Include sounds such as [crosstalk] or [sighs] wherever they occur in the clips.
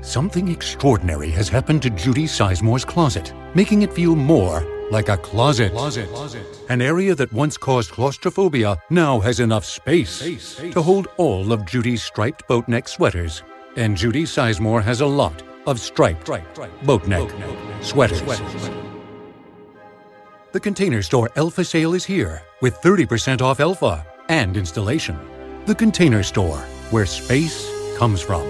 Something extraordinary has happened to Judy Sizemore's closet, making it feel more like a closet. Closet. Closet. An area that once caused claustrophobia now has enough space, Space, space. to hold all of Judy's striped boatneck sweaters. And Judy Sizemore has a lot of striped Right, right. boatneck Boatneck. sweaters. Sweaters. The Container Store Alpha Sale is here with 30% off Alpha and installation. The Container Store, where space comes from.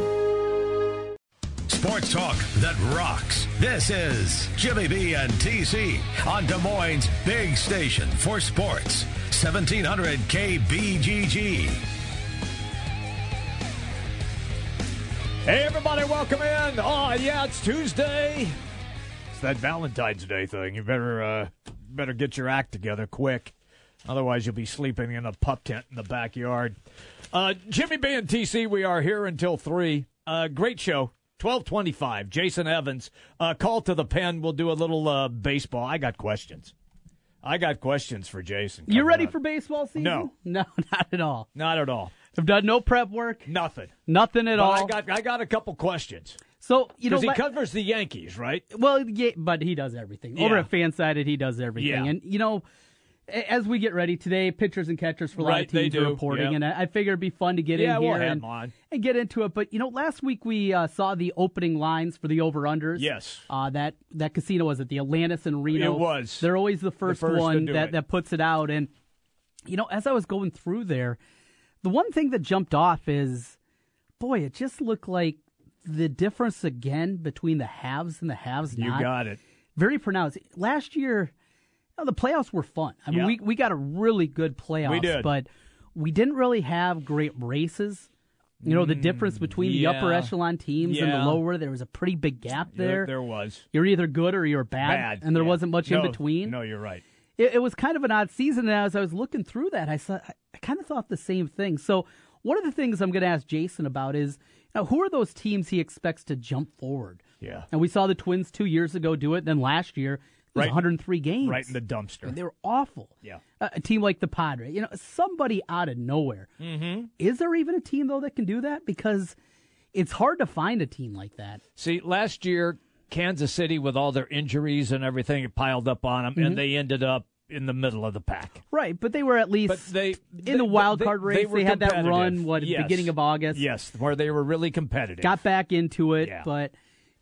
Sports talk that rocks. This is Jimmy B and TC on Des Moines' big station for sports. 1700 KBGG. Hey, everybody, welcome in. Oh, yeah, it's Tuesday. It's that Valentine's Day thing. You better uh, better get your act together quick. Otherwise, you'll be sleeping in a pup tent in the backyard. Uh, Jimmy B and TC, we are here until 3. Uh, great show. 1225, Jason Evans. Uh, call to the pen. We'll do a little uh, baseball. I got questions. I got questions for Jason. You coming ready up. for baseball season? No. [laughs] No, not at all. Not at all. I've done no prep work, Nothing. nothing at But all. I got I got a couple questions. so, you know, Because he la- covers the Yankees, right? well, yeah, but he does everything. Over Yeah. at Fansided, he does everything. Yeah. And, you know, a- as we get ready today, pitchers and catchers for a lot Right, of they teams do. are reporting, Yeah. and I, I figure it'd be fun to get Yeah, in we'll here have and, him on. and get into it. But, you know, last week we uh, saw the opening lines for the over-unders. Yes. Uh, that, that casino was at the Atlantis in Reno. It was. They're always the first, first to one do that, it. that puts it out. And, you know, as I was going through there, the one thing that jumped off is, boy, it just looked like the difference again between the haves and the haves You not. got it. Very pronounced. Last year, you know, the playoffs were fun. I mean, Yeah. we we got a really good playoffs, did. but we didn't really have great races. You know, the difference between the upper yeah. echelon teams and Yeah. the lower, there was a pretty big gap there. There was. You're either good or you're Bad. bad, and there Yeah. wasn't much No, in between No, you're right. it, it was kind of an odd season. And as I was looking through that, I saw, I kind of thought the same thing. So one of the things I'm going to ask Jason about is, you know, who are those teams he expects to jump forward? Yeah. And we saw the Twins two years ago do it. Then last year, it was Right. 103 games. Right in the dumpster. They were awful. Yeah. A, a team like the Padres, you know, somebody out of nowhere. Mm-hmm. Is there even a team though that can do that? Because it's hard to find a team like that. See, last year, Kansas City, with all their injuries and everything, it piled up on them, Mm-hmm. and they ended up in the middle of the pack. Right, but they were at least But they in they- the wild they- card they race. They, were had that competitive. run what Yes. beginning of August. Yes, where they were really competitive. got back into it, Yeah. but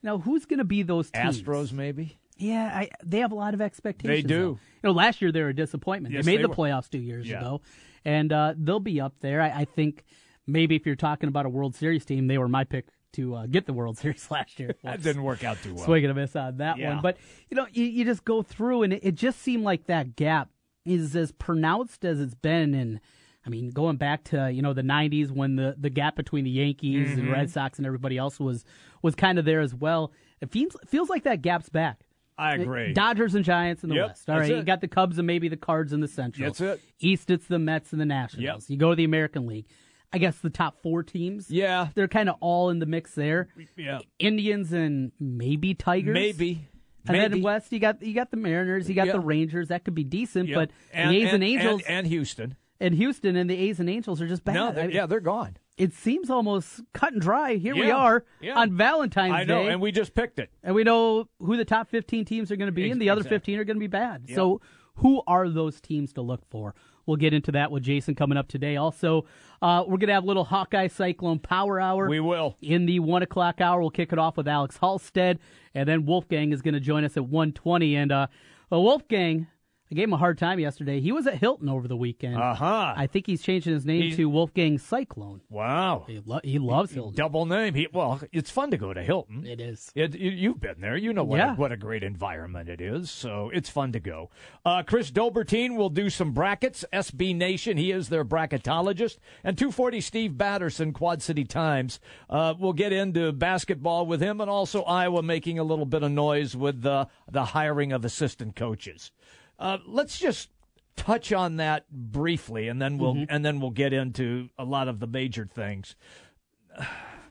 you know who's going to be those teams? Astros, maybe. Yeah, I, they have a lot of expectations. They do. though. You know, last year they were a disappointment. Yes, they made they the were. playoffs two years Yeah. ago, and uh, they'll be up there. I, I think maybe if you're talking about a World Series team, they were my pick to uh, get the World [laughs] Series last year. That didn't work out too well. Swing and a miss on that Yeah. one. But you know, you, you just go through, and it, it just seemed like that gap is as pronounced as it's been. And I mean, going back to you know the '90s when the the gap between the Yankees and Mm-hmm. Red Sox and everybody else was was kind of there as well. It feels feels like that gap's back. I agree. Dodgers and Giants in the Yep, West. All right, that's you it. got the Cubs and maybe the Cards in the Central. That's it. East, it's the Mets and the Nationals. Yep. You go to the American League. I guess the top four teams. Yeah. they're kind of all in the mix there. Yeah. Indians and maybe Tigers. Maybe. And then Maybe. West, you got you got the Mariners, you got Yeah. the Rangers. That could be decent, Yeah. but the A's and, Angels And, Houston. and Houston and the A's and Angels are just bad. No, I they're, mean, yeah, they're gone. It seems almost cut and dry. Here we Yeah. are Yeah. on Valentine's I know, Day, and we just picked it. and we know who the top 15 teams are going to be, and the other Exactly. 15 are going to be bad. So, who are those teams to look for? We'll get into that with Jason coming up today. Also, uh, we're going to have a little Hawkeye Cyclone Power Hour. We will. in the one o'clock hour. We'll kick it off with Alex Halstead, and then Wolfgang is going to join us at one twenty. And uh, well, Wolfgang, I gave him a hard time yesterday. He was at Hilton over the weekend. Uh huh. I think he's changing his name He's- to Wolfgang Cyclone. Wow. He, lo- he loves Hilton. Double name. He, well, it's fun to go to Hilton. It is. It, you, you've been there. You know what, Yeah. a, what a great environment it is. So it's fun to go. Uh, Chris Dobertine will do some brackets. SB Nation, he is their bracketologist. And 240 Steve Batterson, Quad City Times. Uh, we'll get into basketball with him and also Iowa making a little bit of noise with uh, the hiring of assistant coaches. Uh, let's just touch on that briefly and then we'll Mm-hmm. and then we'll get into a lot of the major things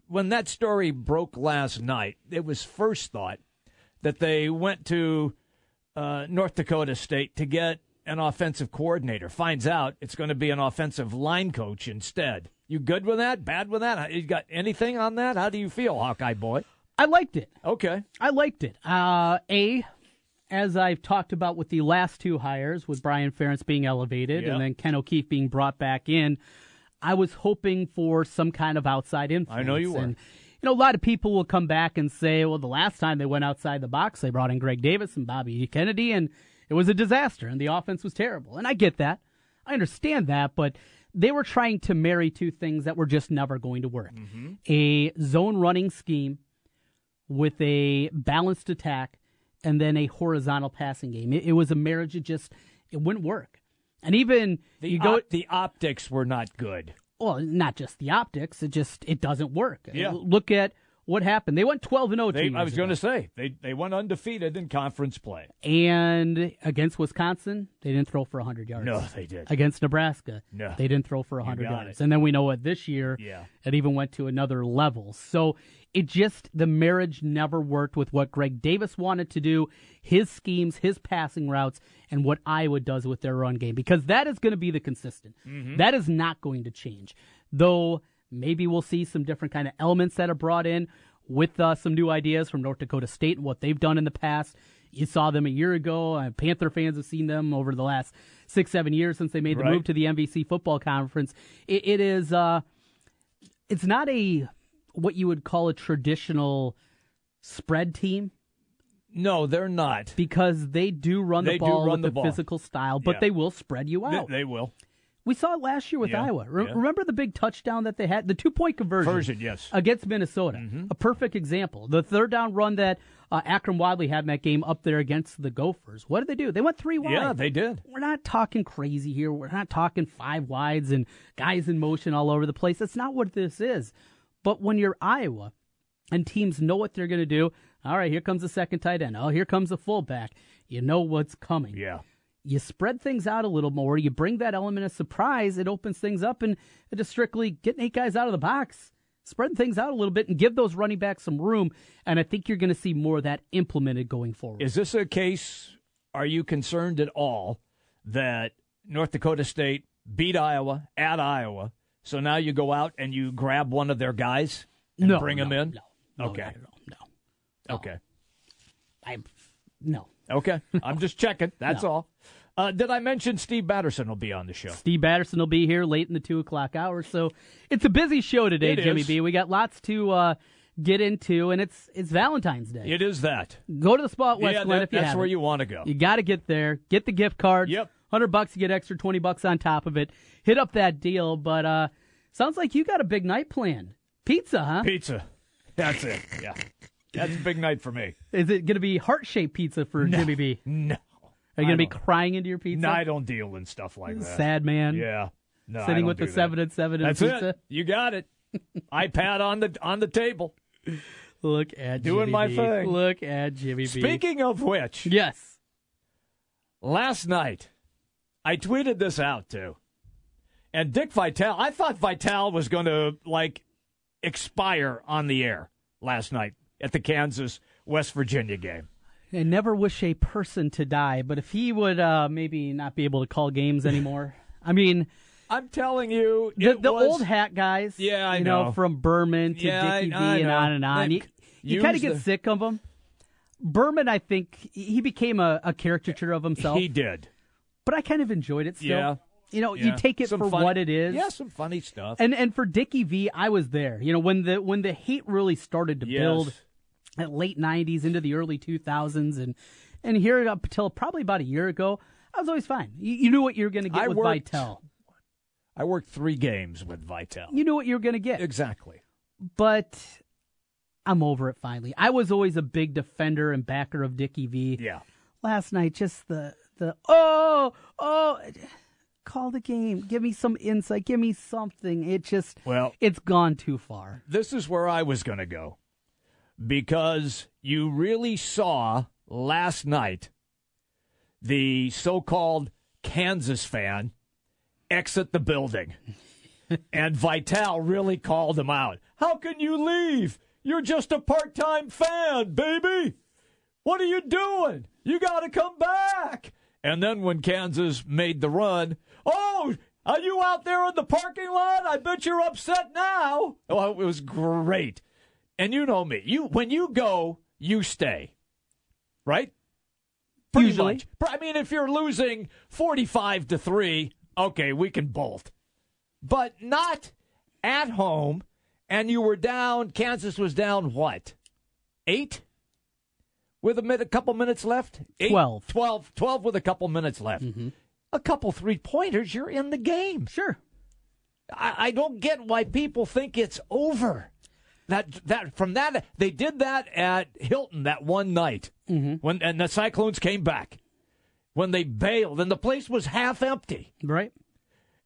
when that story broke last night, it was first thought that they went to uh, North Dakota State to get an offensive coordinator. Finds out it's going to be an offensive line coach instead. You good with that? Bad with that? You got anything on that? How do you feel, Hawkeye boy? I liked it. Okay. I liked it. Uh, a, as I've talked about with the last two hires, with Brian Ferentz being elevated Yeah. and then Ken O'Keefe being brought back in, I was hoping for some kind of outside influence. I know you were. And, you know, a lot of people will come back and say, well, the last time they went outside the box, they brought in Greg Davis and Bobby Kennedy, and it was a disaster, and the offense was terrible. And I get that. I understand that, but they were trying to marry two things that were just never going to work Mm-hmm. a zone running scheme with a balanced attack and then a horizontal passing game. It, it was a marriage. It just it wouldn't work. And even The, you go, op- the optics were not good. well, not just the optics. It just it doesn't work. Yeah. Look at what happened. They went twelve and oh zero. They, I was going to say they they went undefeated in conference play. and against Wisconsin, they didn't throw for hundred yards. No, they did. Against Nebraska, No. they didn't throw for 100 got yards. And then we know what this year, Yeah. it even went to another level. So it just, the marriage never worked with what Greg Davis wanted to do, his schemes, his passing routes, and what Iowa does with their run game, because that is going to be the consistent. Mm-hmm. That is not going to change. Though maybe we'll see some different kind of elements that are brought in with uh, some new ideas from North Dakota State and what they've done in the past. You saw them a year ago. Uh, Panther fans have seen them over the last six, seven years since they made the Right. move to the MVC football conference. It, it is, uh, it's not a what you would call a traditional spread team No, they're not. because they do run the They do ball with run the the ball. physical style, but Yeah. they will spread you They- out. They will. we saw it last year with Yeah, Iowa. Re- yeah. Remember the big touchdown that they had, the two point conversion, Version, yes. Mm-hmm. against Minnesota, a perfect example. The third down run that uh, Akron Wadley had in that game up there against the Gophers. What did they do? They went three wide. Yeah, they did. We're not talking crazy here. We're not talking five wides and guys in motion all over the place. That's not what this is. But when you're Iowa and teams know what they're going to do, all right, here comes the second tight end. Oh, here comes the fullback. You know what's coming. Yeah. You spread things out a little more. You bring that element of surprise. It opens things up and just strictly getting eight guys out of the box, spreading things out a little bit and give those running backs some room. And I think you're going to see more of that implemented going forward. Is this a case? Are you concerned at all that North Dakota State beat Iowa at Iowa? So now you go out and you grab one of their guys and no, bring no, him in. No, no, Okay. not at all. No. Okay. I'm no. Okay. I'm just checking. That's all. Uh, did I mention Steve Batterson will be on the show? Steve Batterson will be here late in the two o'clock hour, so it's a busy show today, It Jimmy is. B. We got lots to uh, get into, and it's it's Valentine's Day. It is that. Go to the spot, West yeah, Glen, that- if you that's haven't. where you want to go. You got to get there. Get the gift card. Yep. Hundred bucks, you get extra twenty bucks on top of it. Hit up that deal. But uh, sounds like you got a big night planned. Pizza, huh? Pizza. That's it. Yeah. That's a big night for me. Is it going to be heart shaped pizza for Jimmy B? No. Are you going to be don't- crying into your pizza? No, I don't deal in stuff like that. Sad man. Yeah. No, I Sitting don't with do the that. seven and seven That's and pizza. it. You [laughs] got it. iPad on the on the table. Look at Doing Jimmy my B. thing. Look at Jimmy B. Speaking of which, Yes. last night I tweeted this out too. And Dick Vitale, I thought Vitale was going to like expire on the air last night at the Kansas West Virginia game. I never wish a person to die, but if he would uh, maybe not be able to call [laughs] games anymore. I mean, I'm telling you, the, it the was- old hat guys. Yeah, I you know. from Berman to Yeah, I- Dickie B I and know. on and on. They You, you kind of use get the- sick of them. Berman, I think he became a, a caricature of himself, He did. but I kind of enjoyed it still. Yeah. You know, Yeah. you take it Some for funny- what it is. Yeah, some funny stuff. And and for Dickie V, I was there. You know, when the when the hate really started to Yes. build at late '90s into the early 2000s, and and here up till probably about a year ago, I was always fine. You, you knew what you were going to get I with worked- Vitel. I worked three games with Vitale. You knew what you were going to get. Exactly. but I'm over it finally. I was always a big defender and backer of Dickie V. Yeah. Last night, just the the oh oh, call the game. Give me some insight. Give me something. It just Well- it's gone too far. This is where I was going to go because you really saw last night the so called Kansas fan exit [laughs] the building. and Vital really called him out. How can you leave? You're just a part time fan, baby. What are you doing? You got to come back. And then when Kansas made the run, oh, are you out there in the parking lot? I bet you're upset now. Oh, it was great. and you know me. You when you go, you stay. Right? Usually. much. Pr- I mean, if you're losing forty-five to three, okay, we can bolt. But not at home, and you were down. Kansas was down what? Eight. With a, minute, a couple minutes left? Eight, Twelve. Mm-hmm. 12, 12 with a couple minutes left. A couple three pointers, you're in the game. Sure. I, I don't get why people think it's over. That that from that they did that at Hilton that one night Mm-hmm. when and the Cyclones came back when they bailed and the place was half empty Right?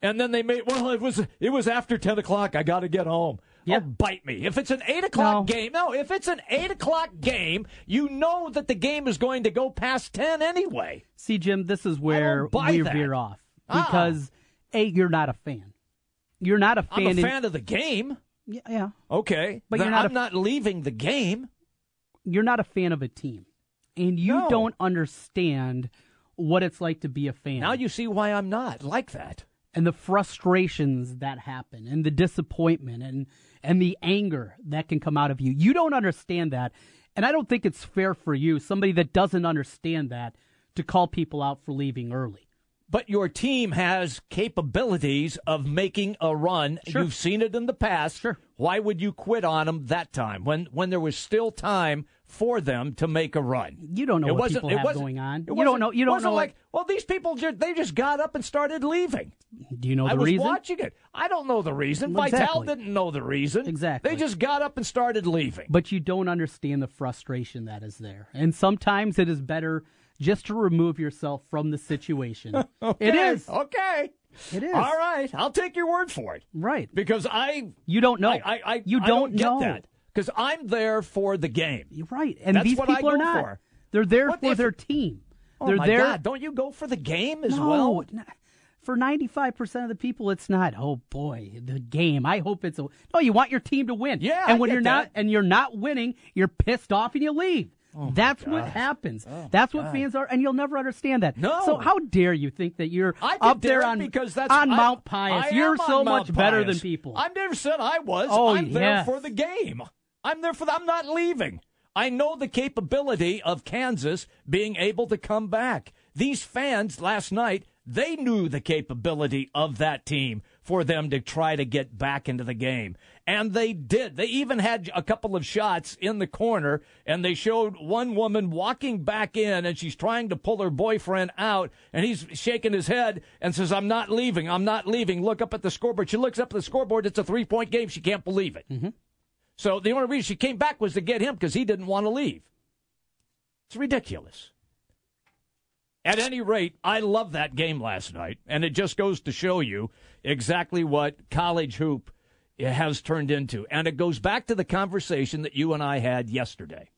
and then they made well it was it was after ten o'clock I got to get home. Yeah. Oh, bite me if it's an eight o'clock No. game. No, if it's an eight o'clock game, you know that the game is going to go past ten anyway. See, Jim, this is where don't buy we that. veer off Ah. because A, you're not a fan. You're not a fan. I'm in- a fan of the game. yeah, yeah. Okay, But Then you're not I'm a- not leaving the game. You're not a fan of a team. And you No. don't understand what it's like to be a fan. Now you see why I'm not like that. and the frustrations that happen and the disappointment and and the anger that can come out of you. You don't understand that. And I don't think it's fair for you, somebody that doesn't understand that, to call people out for leaving early. But your team has capabilities of making a run. You've seen it in the past. Sure. Why would you quit on them that time when when there was still time for them to make a run? You don't know it what wasn't, people it have wasn't- going on. it You wasn't- don't know. You don't wasn't know. like well, these people just they just got up and started leaving. do you know the I was reason? watching it. I don't know the reason. Vital Exactly. didn't know the reason. Exactly. They just got up and started leaving. But you don't understand the frustration that is there. And sometimes it is better just to remove yourself from the [laughs] situation. It is. okay. It is. All right. I'll take your word for it Right. because I You don't know. I, I, I you I don't, get know. that because I'm there for the game. You're right. And That's these what I people are go not. for. They're there What for if- their team. Oh They're my there God! Don't you go for the game as no, well? n- For 95% of the people, it's not, oh boy, the game. I hope it's a. No, you want your team to win. Yeah, I And when get you're that. Oh, not and you're not winning, you're pissed off and you leave. That's what happens. that's what fans are, and you'll never understand that. No. So how dare you think that you're I could up dare there it on because that's on I- Mount Pius? I am you're on so Mount much better than Pious. people. I never said I was. Oh, I'm there yes. for the game. I'm there for. The, I'm not leaving. I know the capability of Kansas being able to come back. These fans last night, they knew the capability of that team for them to try to get back into the game. And they did. They even had a couple of shots in the corner, and they showed one woman walking back in, and she's trying to pull her boyfriend out, and he's shaking his head and says, I'm not leaving. I'm not leaving. Look up at the scoreboard. She looks up at the scoreboard. It's a three point game. She can't believe it. So the only reason she came back was to get him because he didn't want to leave. It's ridiculous. At any rate, I love that game last night, and it just goes to show you exactly what college hoop has turned into. And it goes back to the conversation that you and I had yesterday.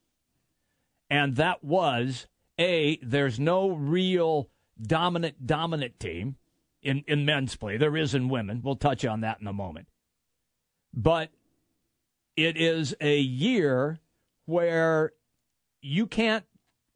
And that was A, there's no real dominant, dominant team in, in men's play. There is in women. We'll touch on that in a moment. But it is a year where you can't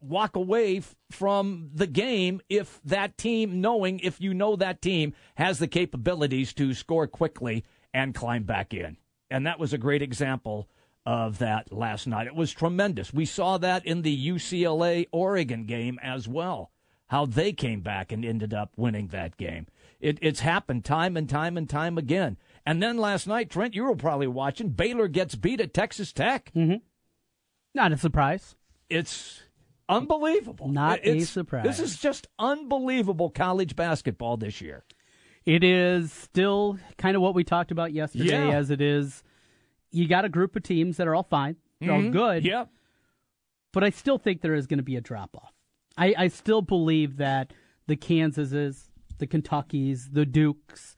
walk away f- from the game if that team knowing if you know that team has the capabilities to score quickly and climb back in and that was a great example of that last night it was tremendous we saw that in the UCLA Oregon game as well how they came back and ended up winning that game it, it's happened time and time and time again and then last night Trent you were probably watching Baylor gets beat at Texas Tech not a surprise. it's unbelievable. Not a It's- surprise. This is just unbelievable college basketball this year. It is still kind of what we talked about yesterday, Yeah. as it is. You got a group of teams that are all fine, they're all good. Mm-hmm. Yep. but I still think there is going to be a drop off. I, I still believe that the Kansases, the Kentuckys, the Dukes,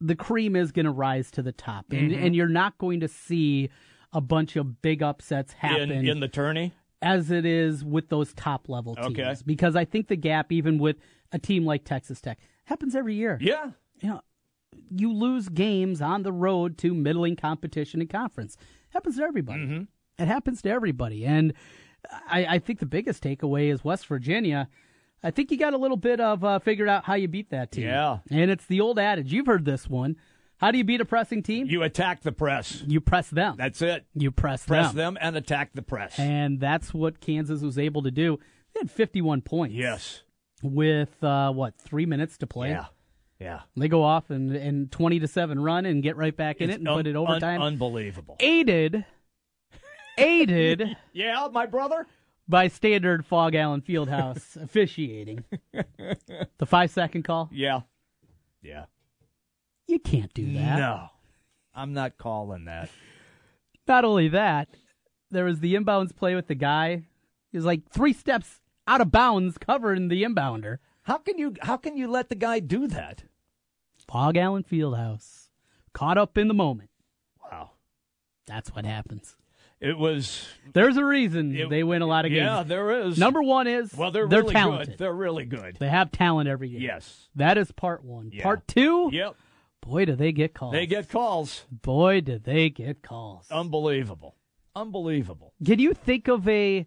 the cream is going to rise to the top, and Mm-hmm. and you're not going to see a bunch of big upsets happen In, in the tourney. as it is with those top level teams. Okay. Because I think the gap, even with a team like Texas Tech, happens every year. Yeah. You know, you lose games on the road to middling competition and conference. happens to everybody. Mm-hmm. It happens to everybody. And I, I think the biggest takeaway is West Virginia. I think you got a little bit of uh, figured out how you beat that team. Yeah. And it's the old adage. You've heard this one. How do you beat a pressing team? You attack the press. You press them. That's it. You press, Press them and attack the press. And that's what Kansas was able to do. They had 51 points. yes. With, uh, what, three minutes to play? Yeah. Yeah. They go off and, and 20 to 7 run and get right back in it and Un- put it un- overtime. unbelievable. [laughs] aided, aided Yeah, my brother. by standard Fog Allen Fieldhouse [laughs] officiating. The five second call? Yeah. Yeah. You can't do that. No. I'm not calling that. Not only that, there was the inbounds play with the guy. He was like three steps out of bounds covering the inbounder. How can you how can you let the guy do that? Fog Allen Fieldhouse. Caught up in the moment. Wow. That's what happens. It was There's a reason It- they win a lot of games. Yeah, there is. Number one is Well, they're, really talented. good. They're really good. They have talent every game. Yes. That is part one. Yeah. Part two, Yep. boy, do they get calls. They get calls. Boy, do they get calls. Unbelievable. Unbelievable. Can you think of a,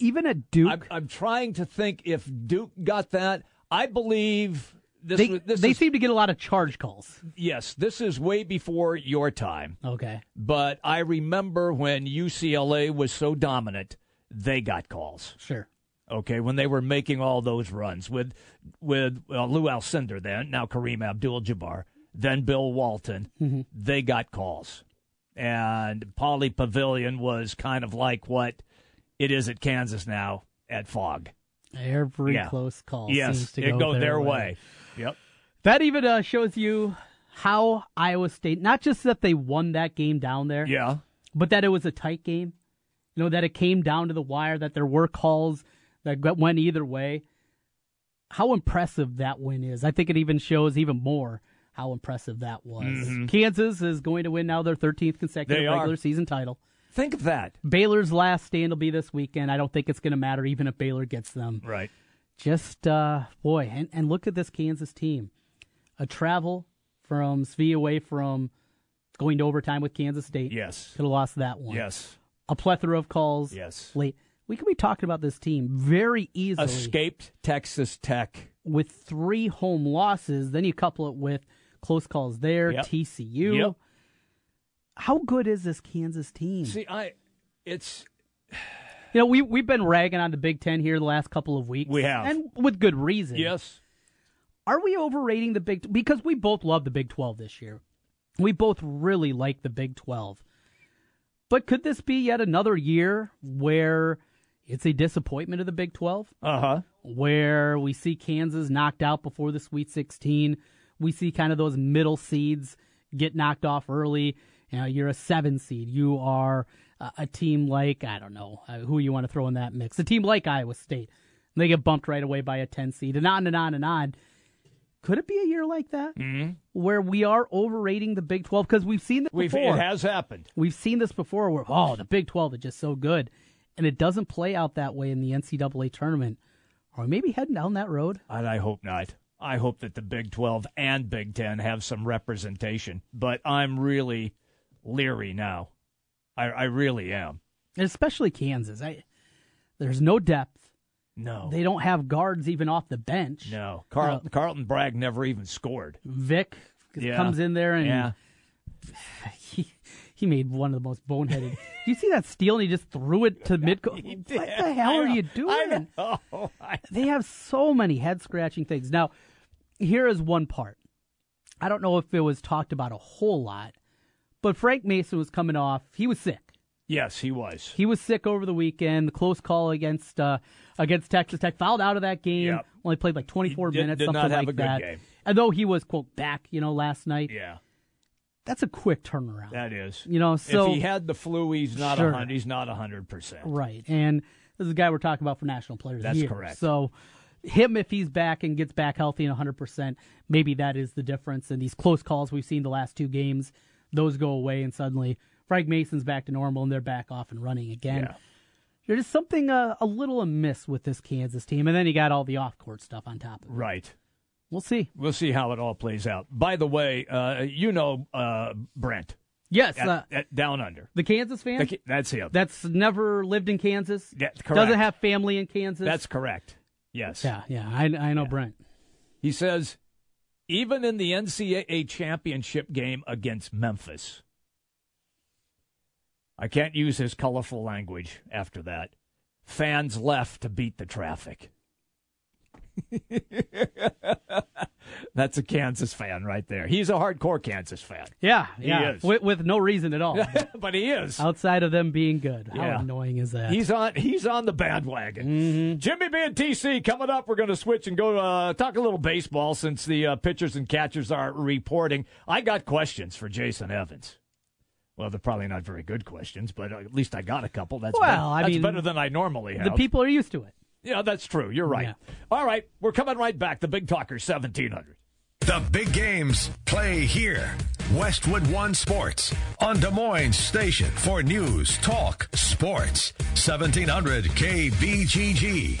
even a Duke? I'm, I'm trying to think if Duke got that. I believe this. they was- this they is, seem to get a lot of charge calls. yes, this is way before your time. Okay. But I remember when UCLA was so dominant, they got calls. Sure. Okay, when they were making all those runs with with uh, Lou Alcindor, then now Kareem Abdul-Jabbar, then Bill Walton, Mm-hmm. they got calls, and Polly Pavilion was kind of like what it is at Kansas now at Fogg. Every Yeah. close call seems yes, to it go, go their, way. Yep. That even uh, shows you how Iowa State, not just that they won that game down there, Yeah. but that it was a tight game. You know, that it came down to the wire, that there were calls that got- went either way. How impressive that win is. I think it even shows even more how impressive that was. Kansas is going to win now their 13th consecutive Mm-hmm. They are. regular season title. Think of that. Baylor's last stand will be this weekend. I don't think it's going to matter even if Baylor gets them. Right. Just, uh, boy, and, and look at this Kansas team. A travel from Svi away from going to overtime with Kansas State. Yes. Could have lost that one Yes. a plethora of calls Yes. late. We could be talking about this team very easily Escaped Texas Tech. with three home losses. Then you couple it with close calls there, Yep. TCU. Yep. How good is this Kansas team? See, I. It's you know, we we've been ragging on the Big Ten here the last couple of weeks. We have. and with good reason. yes. Are we overrating the Big? Because we both love the Big Twelve this year. We both really like the Big Twelve. But could this be yet another year where it's a disappointment of the Big Twelve? Uh huh. where we see Kansas knocked out before the Sweet 16. We see kind of those middle seeds get knocked off early. You know, you're a seven seed. You are a, a team like, I don't know, uh, who you want to throw in that mix. A team like Iowa State. And they get bumped right away by a 10 seed and on and on and on. Could it be a year like that where we are overrating the Big 12? Because we've seen this Mm-hmm. We've before. it has happened. We've seen this before where, oh, the Big 12 is just so good. And it doesn't play out that way in the NCAA tournament. Or maybe heading down that road. And I hope not. I hope that the Big 12 and Big 10 have some representation, but I'm really leery now. I, I really am. And especially Kansas. I, there's no depth. No. They don't have guards even off the bench. no. Carl, Carlton Bragg never even scored. Vic Yeah. comes in there and Yeah. [sighs] he, he made one of the most boneheaded. you see that steal and he just threw it [laughs] to mid. What the hell are you doing? Oh, [laughs] I, they have so many head scratching things. Now, here is one part. I don't know if it was talked about a whole lot, but Frank Mason was coming off. He was sick. yes, he was. He was sick over the weekend. The close call against uh, against Texas Tech fouled out of that game. Yep. Only played like 24 He did- minutes, did something not have like a good that. game. And though he was quote back, you know, last night, Yeah, that's a quick turnaround. that is. you know, so if he had the flu, he's not a Sure. hundred. He's not a hundred percent. Right. And this is a guy we're talking about for National Player of the That's Year. correct. So him, if he's back and gets back healthy and 100%, maybe that is the difference. And these close calls we've seen the last two games, those go away, and suddenly Frank Mason's back to normal, and they're back off and running again. Yeah. There's something uh, a little amiss with this Kansas team. And then you got all the off-court stuff on top of it. Right. We'll see. We'll see how it all plays out. By the way, uh, you know uh, Brent Yes, at, uh, at Down Under. the Kansas fan The- that's him. that's never lived in Kansas, Yeah, correct. doesn't have family in Kansas. That's correct. Yes. yeah, yeah. I, I know Brent. He says even in the NCAA championship game against Memphis. I can't use his colorful language after that. Fans left to beat the traffic. [laughs] That's a Kansas fan right there. He's a hardcore Kansas fan, Yeah, yeah. is. With, with no reason at all. [laughs] but he is. Outside of them being good. How Yeah. annoying is that? Mm-hmm. He's on. He's on the bandwagon. Jimmy B and TC coming up. We're going to switch and go uh, talk a little baseball since the uh, pitchers and catchers are reporting. I got questions for Jason Evans. Well, they're probably not very good questions, but uh, at least I got a couple. That's Well, better- I that's mean, better than I normally have. the people are used to it. yeah, that's true. You're right. Yeah. All right, we're coming right back. The Big Talker, seventeen hundred. The big games play here. Westwood One Sports on Des Moines Station for news, talk, sports. 1700 KBGG.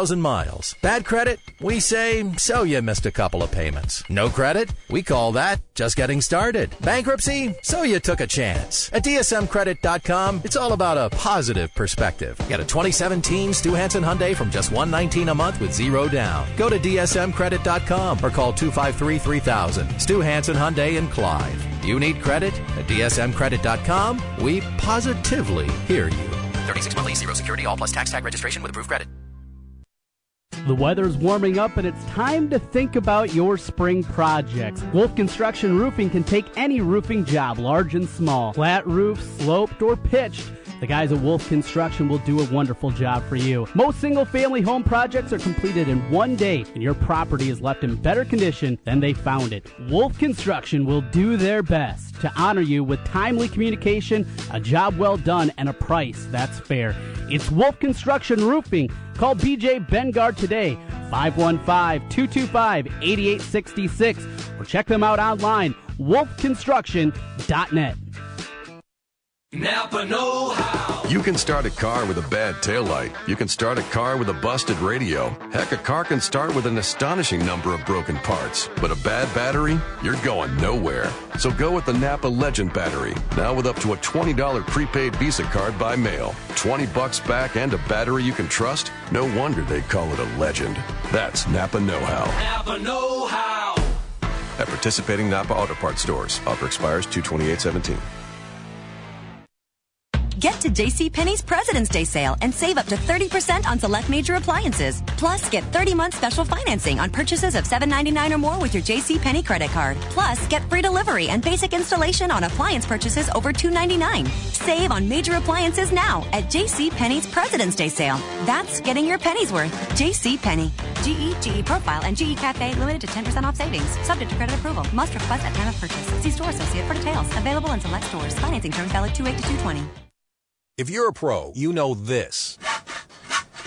miles. Bad credit? We say, so you missed a couple of payments. No credit? We call that just getting started. Bankruptcy? So you took a chance. At DSMCredit.com, it's all about a positive perspective. Get a 2017 Stu Hansen Hyundai from just 119 a month with zero down. Go to DSMCredit.com or call 253 3000. Stu Hansen Hyundai in Clive. You need credit? At DSMCredit.com, we positively hear you. 36 monthly, zero security, all plus tax tag registration with approved credit. The weather's warming up and it's time to think about your spring projects. Wolf Construction Roofing can take any roofing job, large and small, flat roof, sloped, or pitched. The guys at Wolf Construction will do a wonderful job for you. Most single family home projects are completed in one day, and your property is left in better condition than they found it. Wolf Construction will do their best to honor you with timely communication, a job well done, and a price that's fair. It's Wolf Construction Roofing. Call BJ Bengard today, 515 225 8866, or check them out online, wolfconstruction.net. You can start a car with a bad taillight. You can start a car with a busted radio. Heck, a car can start with an astonishing number of broken parts. But a bad battery? You're going nowhere. So go with the Napa Legend battery. Now with up to a $20 prepaid Visa card by mail. 20 bucks back and a battery you can trust? No wonder they call it a legend. That's Napa Know How. Napa Know How! At participating Napa Auto Parts stores. Offer expires 22817. Get to JCPenney's President's Day sale and save up to 30% on select major appliances. Plus, get 30 month special financing on purchases of $7.99 or more with your JCPenney credit card. Plus, get free delivery and basic installation on appliance purchases over $2.99. Save on major appliances now at JCPenney's President's Day sale. That's getting your pennies worth. JCPenney. GE, GE E Profile, and GE Cafe limited to 10% off savings. Subject to credit approval. Must request at time of purchase. See store associate for details. Available in select stores. Financing terms valid 28 to 220. If you're a pro, you know this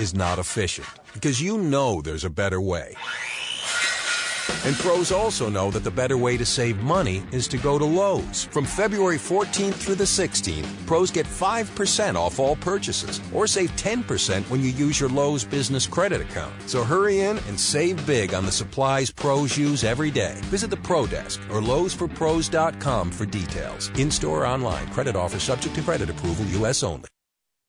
is not efficient because you know there's a better way. And pros also know that the better way to save money is to go to Lowe's. From February 14th through the 16th, pros get 5% off all purchases or save 10% when you use your Lowe's business credit account. So hurry in and save big on the supplies pros use every day. Visit the Pro Desk or Lowe'sForPros.com for details. In store or online, credit offer subject to credit approval, U.S. only.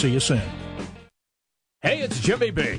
See you soon. Hey, it's Jimmy B.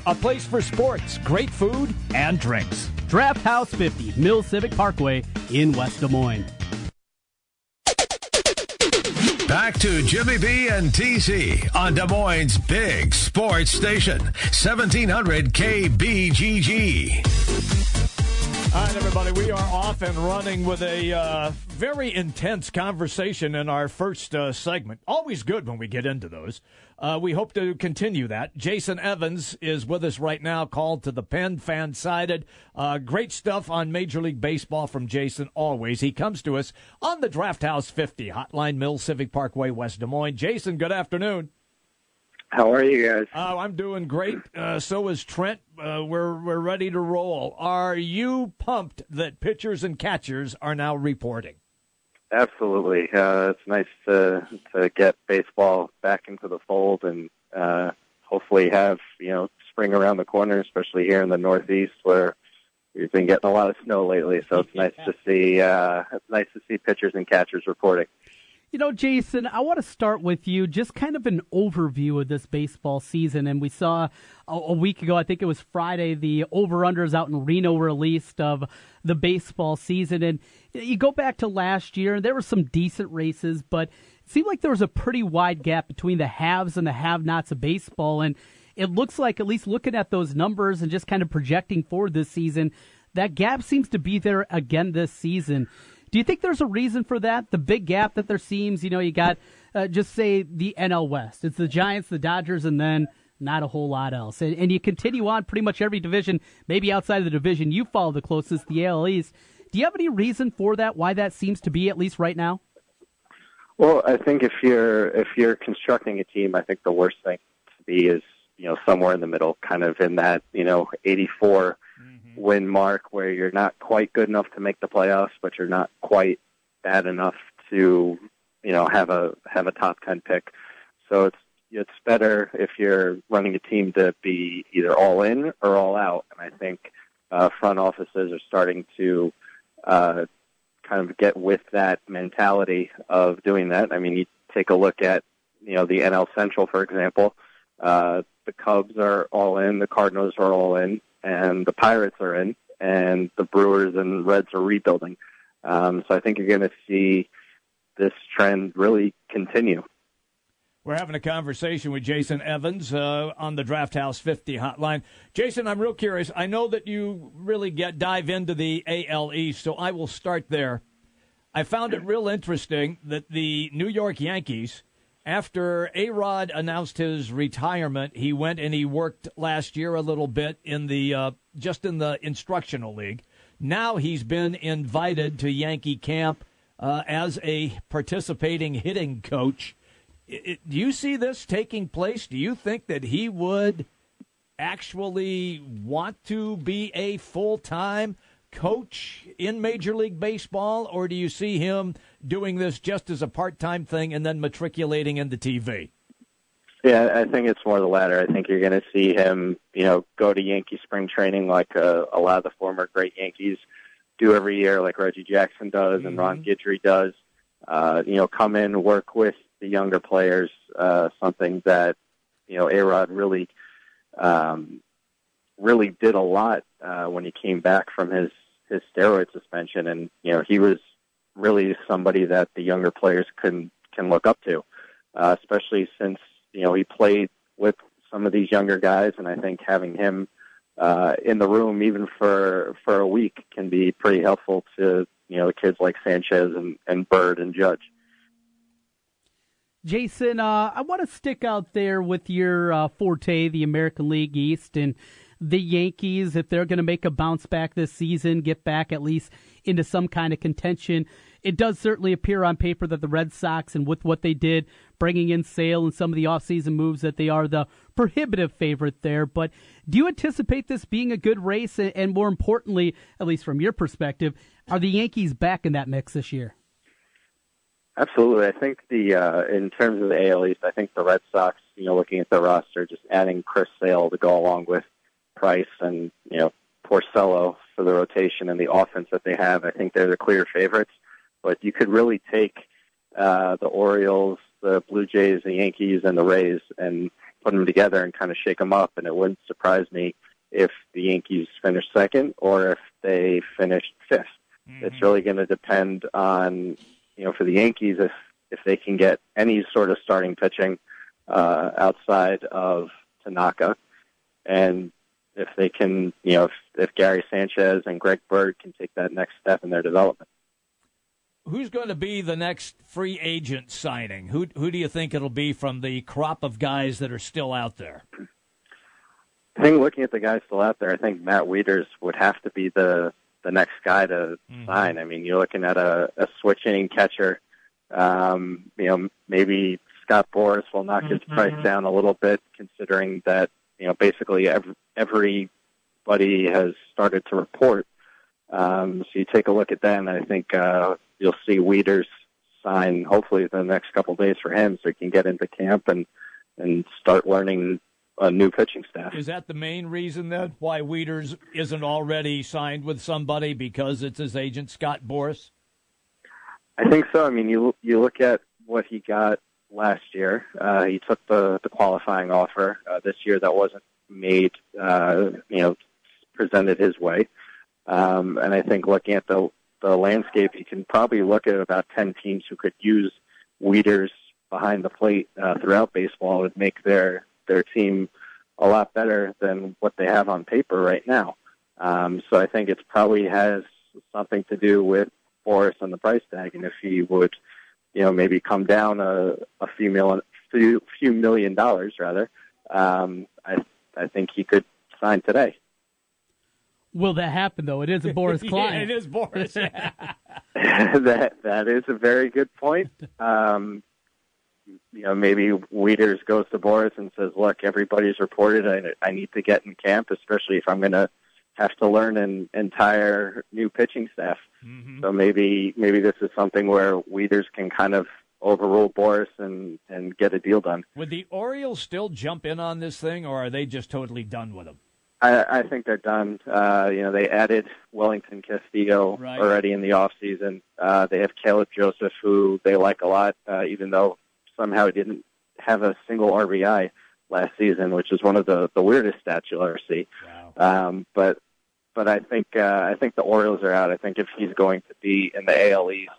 a place for sports, great food, and drinks. Draft House 50, Mill Civic Parkway in West Des Moines. Back to Jimmy B and TC on Des Moines' big sports station, 1700 KBGG. All right, everybody, we are off and running with a uh, very intense conversation in our first uh, segment. Always good when we get into those. Uh, we hope to continue that. Jason Evans is with us right now, called to the pen, fan sided. Uh, great stuff on Major League Baseball from Jason always. He comes to us on the Draft House 50, Hotline Mill Civic Parkway, West Des Moines. Jason, good afternoon. How are you guys? Oh, I'm doing great. Uh, so is Trent. Uh, we're we're ready to roll. Are you pumped that pitchers and catchers are now reporting? Absolutely. Uh, it's nice to to get baseball back into the fold and uh, hopefully have you know spring around the corner, especially here in the Northeast where we've been getting a lot of snow lately. So [laughs] it's nice to see uh, it's nice to see pitchers and catchers reporting. You know, Jason, I want to start with you. Just kind of an overview of this baseball season. And we saw a, a week ago, I think it was Friday, the over unders out in Reno released of the baseball season. And you go back to last year, and there were some decent races, but it seemed like there was a pretty wide gap between the haves and the have nots of baseball. And it looks like, at least looking at those numbers and just kind of projecting forward this season, that gap seems to be there again this season. Do you think there's a reason for that? The big gap that there seems, you know, you got uh, just say the NL West. It's the Giants, the Dodgers, and then not a whole lot else. And, and you continue on pretty much every division, maybe outside of the division you follow the closest, the AL East. Do you have any reason for that? Why that seems to be at least right now? Well, I think if you're if you're constructing a team, I think the worst thing to be is you know somewhere in the middle, kind of in that you know 84 win mark where you're not quite good enough to make the playoffs, but you're not quite bad enough to you know have a have a top 10 pick. So it's it's better if you're running a team to be either all in or all out. And I think uh, front offices are starting to uh, kind of get with that mentality of doing that. I mean, you take a look at you know the NL Central, for example. Uh, the Cubs are all in, the Cardinals are all in, and the Pirates are in, and the Brewers and Reds are rebuilding. Um, so I think you're going to see this trend really continue. We're having a conversation with Jason Evans uh, on the Draft House 50 hotline. Jason, I'm real curious. I know that you really get dive into the AL East, so I will start there. I found it real interesting that the New York Yankees, after A Rod announced his retirement, he went and he worked last year a little bit in the uh, just in the instructional league. Now he's been invited to Yankee camp uh, as a participating hitting coach. I- I- do you see this taking place? Do you think that he would actually want to be a full time coach in Major League Baseball, or do you see him doing this just as a part time thing and then matriculating into TV? Yeah, I think it's more the latter. I think you're going to see him, you know, go to Yankee spring training like uh, a lot of the former great Yankees do every year, like Reggie Jackson does and Ron Guidry does. Uh, you know, come in, work with the younger players. Uh, something that you know, A Rod really, um, really did a lot uh, when he came back from his his steroid suspension, and you know, he was really somebody that the younger players can can look up to uh, especially since you know he played with some of these younger guys, and I think having him uh, in the room even for for a week can be pretty helpful to you know the kids like Sanchez and, and Bird and Judge. Jason, uh, I want to stick out there with your uh, forte, the American League East, and the Yankees, if they're going to make a bounce back this season, get back at least into some kind of contention. It does certainly appear on paper that the Red Sox, and with what they did, bringing in Sale and some of the offseason moves, that they are the prohibitive favorite there. But do you anticipate this being a good race? And, and more importantly, at least from your perspective, are the Yankees back in that mix this year? Absolutely, I think the uh, in terms of the AL East, I think the Red Sox, you know, looking at the roster, just adding Chris Sale to go along with Price and you know Porcello for the rotation and the offense that they have. I think they're the clear favorites, but you could really take uh, the Orioles, the Blue Jays, the Yankees, and the Rays and put them together and kind of shake them up. And it wouldn't surprise me if the Yankees finish second or if they finish 5th mm-hmm. It's really going to depend on you know for the Yankees if if they can get any sort of starting pitching uh, outside of Tanaka, and if they can, you know, if, if, Gary Sanchez and Greg Bird can take that next step in their development. Who's going to be the next free agent signing? Who who do you think it'll be from the crop of guys that are still out there? I think looking at the guys still out there, I think Matt Wieters would have to be the the next guy to mm-hmm. sign. I mean, you're looking at a, a switch inning catcher. Um, you know, maybe Scott Boris will knock his price down a little bit, considering that you know basically every, everybody has started to report. Um, so you take a look at that, and I think uh, you'll see Weeders sign hopefully the next couple of days for him, so he can get into camp and and start learning a new pitching staff. Is that the main reason then why Weeders isn't already signed with somebody because it's his agent Scott Boris? I think so. I mean, you you look at what he got last year. Uh, he took the, the qualifying offer uh, this year that wasn't made, uh, you know, presented his way. Um, and I think looking at the the landscape, you can probably look at about ten teams who could use weeders behind the plate uh, throughout baseball. It would make their their team a lot better than what they have on paper right now. Um, so I think it probably has something to do with Boris and the price tag, and if he would you know maybe come down a, a few million few, few million dollars rather um, I I think he could sign today. Will that happen though? It is a [laughs] Boris Klein. it is [laughs] Boris. that that is a very good point. Um, you know, maybe Weeders goes to Boris and says, "Look, everybody's reported. I, I need to get in camp, especially if I'm going to have to learn an entire new pitching staff. Mm-hmm. So maybe maybe this is something where Weeders can kind of overrule Boris and and get a deal done. Would the Orioles still jump in on this thing, or are they just totally done with him? I, I think they're done. Uh, you know, they added Wellington Castillo right. already in the off season. Uh, they have Caleb Joseph, who they like a lot, uh, even though somehow he didn't have a single RBI last season, which is one of the, the weirdest stats you'll ever see. Wow. Um, but but I think uh, I think the Orioles are out. I think if he's going to be in the AL East,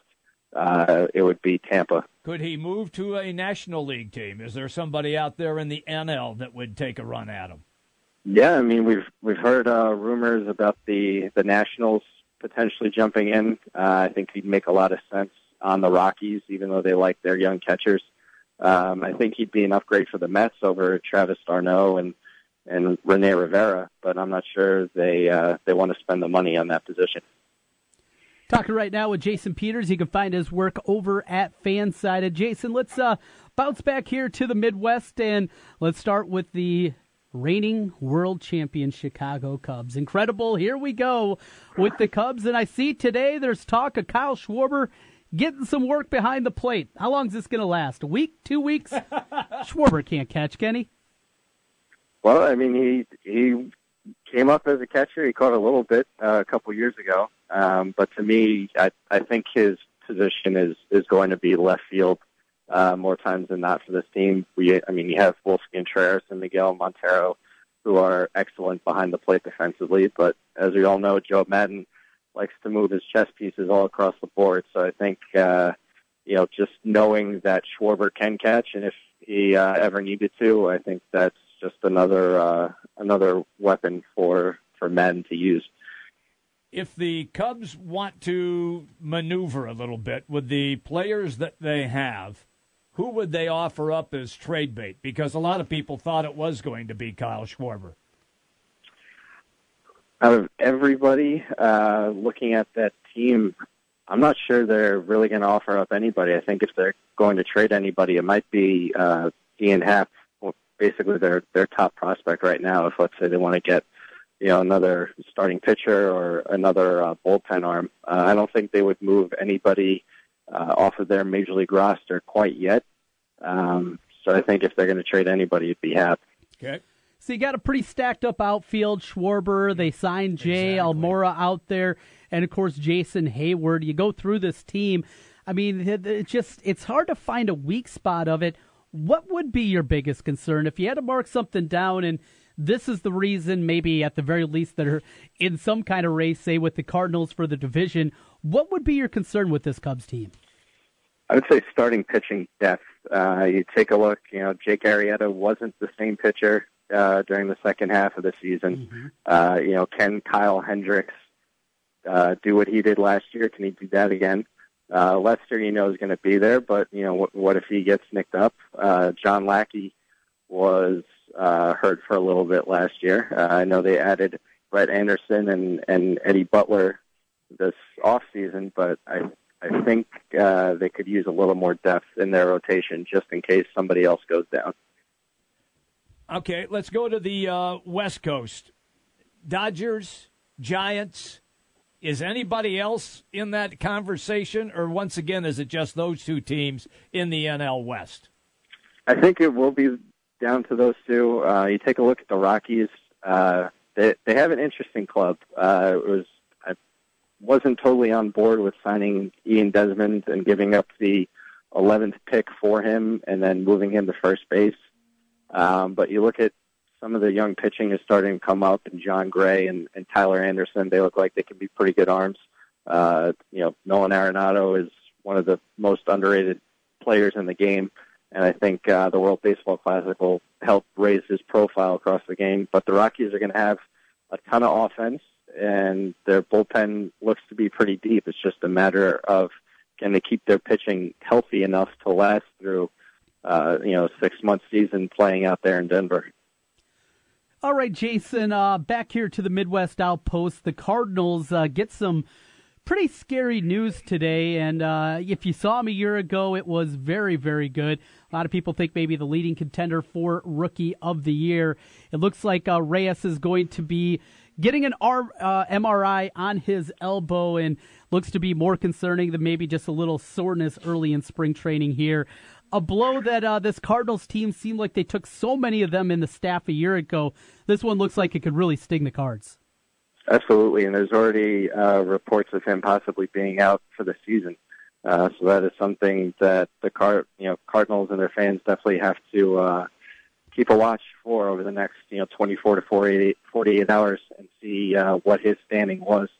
uh, it would be Tampa. Could he move to a National League team? Is there somebody out there in the NL that would take a run at him? Yeah, I mean we've we've heard uh, rumors about the the Nationals potentially jumping in. Uh, I think he'd make a lot of sense on the Rockies, even though they like their young catchers. Um, I think he'd be an upgrade for the Mets over Travis Darno and and Rene Rivera, but I'm not sure they uh, they want to spend the money on that position. [laughs] Talking right now with Jason Peters. You can find his work over at Fansided. Jason, let's uh, bounce back here to the Midwest and let's start with the reigning world champion Chicago Cubs. Incredible. Here we go with the Cubs. And I see today there's talk of Kyle Schwarber getting some work behind the plate. How long is this going to last? A week? Two [laughs] weeks? Schwarber can't catch, can he? Well, I mean, he he came up as a catcher. He caught a little bit uh, a couple years ago, um, but to me, I I think his position is is going to be left field uh, more times than not for this team. We, I mean, you have Wolski and Trares and Miguel Montero, who are excellent behind the plate defensively, but as we all know, Joe Madden likes to move his chess pieces all across the board. So I think, uh, you know, just knowing that Schwarber can catch, and if he uh, ever needed to, I think that's just another uh, another weapon for for Madden to use. If the Cubs want to maneuver a little bit with the players that they have, who would they offer up as trade bait? Because a lot of people thought it was going to be Kyle Schwarber out of everybody uh, looking at that team, I'm not sure they're really going to offer up anybody. I think if they're going to trade anybody, it might be uh, Ian Happ, basically their their top prospect right now. If let's say they want to get you know another starting pitcher or another uh, bullpen arm, uh, I don't think they would move anybody uh, off of their major league roster quite yet. Um, so I think if they're going to trade anybody, it'd be Happ. Okay. So you got a pretty stacked up outfield. Schwarber, they signed Jay Almora out there, and of course Jason Hayward. You go through this team. I mean, it it just it's hard to find a weak spot of it. What would be your biggest concern if you had to mark something down and this is the reason, maybe at the very least, that are in some kind of race, say with the Cardinals for the division. What would be your concern with this Cubs team? I would say starting pitching depth. Uh, you take a look, you know, Jake Arrieta wasn't the same pitcher uh, during the second half of the season. Uh, you know, can Kyle Hendricks uh, do what he did last year? Can he do that again? Uh, Lester, you know, is going to be there, but you know, what, what if he gets nicked up? Uh, John Lackey was uh, hurt for a little bit last year. Uh, I know they added Brett Anderson and and Eddie Butler this off season, but I I think uh, they could use a little more depth in their rotation just in case somebody else goes down. Okay, let's go to the uh, West Coast. Dodgers, Giants. Is anybody else in that conversation, or once again, is it just those two teams in the NL West? I think it will be down to those two. Uh, you take a look at the Rockies. Uh, they they have an interesting club. Uh, it was I wasn't totally on board with signing Ian Desmond and giving up the 11th pick for him and then moving him to first base. Um, but you look at some of the young pitching is starting to come up, and John Gray and, and Tyler Anderson. They look like they can be pretty good arms. Uh, you know, Nolan Arenado is one of the most underrated players in the game and I think uh, the World Baseball Classic will help raise his profile across the game. But the Rockies are going to have a ton of offense, and their bullpen looks to be pretty deep. It's just a matter of can they keep their pitching healthy enough to last through, uh, you know, six month season playing out there in Denver. All right, Jason, uh, back here to the Midwest Outpost. The Cardinals uh, get some pretty scary news today, and uh, if you saw him a year ago, it was very, very good. A lot of people think maybe the leading contender for Rookie of the Year. It looks like uh, Reyes is going to be getting an arm, uh, MRI on his elbow and looks to be more concerning than maybe just a little soreness early in spring training here a blow that uh, this Cardinals team seemed like they took so many of them in the staff a year ago. This one looks like it could really sting the cards. Absolutely, and there's already uh, reports of him possibly being out for the season. Uh, so that is something that the Card- you know Cardinals and their fans definitely have to uh, keep a watch for over the next you know 24 to 48, 48 hours and see uh, what his standing was.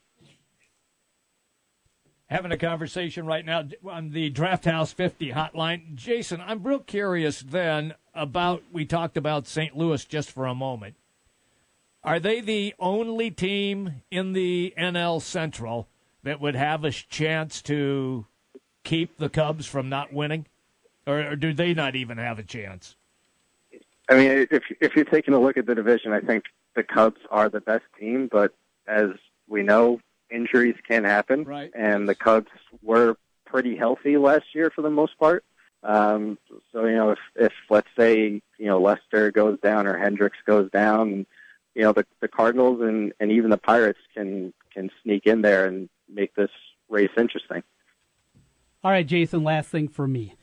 having a conversation right now on the Draft House 50 hotline. Jason, I'm real curious then about we talked about St. Louis just for a moment. Are they the only team in the NL Central that would have a chance to keep the Cubs from not winning? Or, or do they not even have a chance? I mean, if if you're taking a look at the division, I think the Cubs are the best team. But as we know, injuries can happen, Right. and the Cubs were pretty healthy last year for the most part. Um, so you know, if if let's say you know Lester goes down or Hendricks goes down, you know the the Cardinals and and even the Pirates can can sneak in there and make this race interesting. All right, Jason, last thing for me.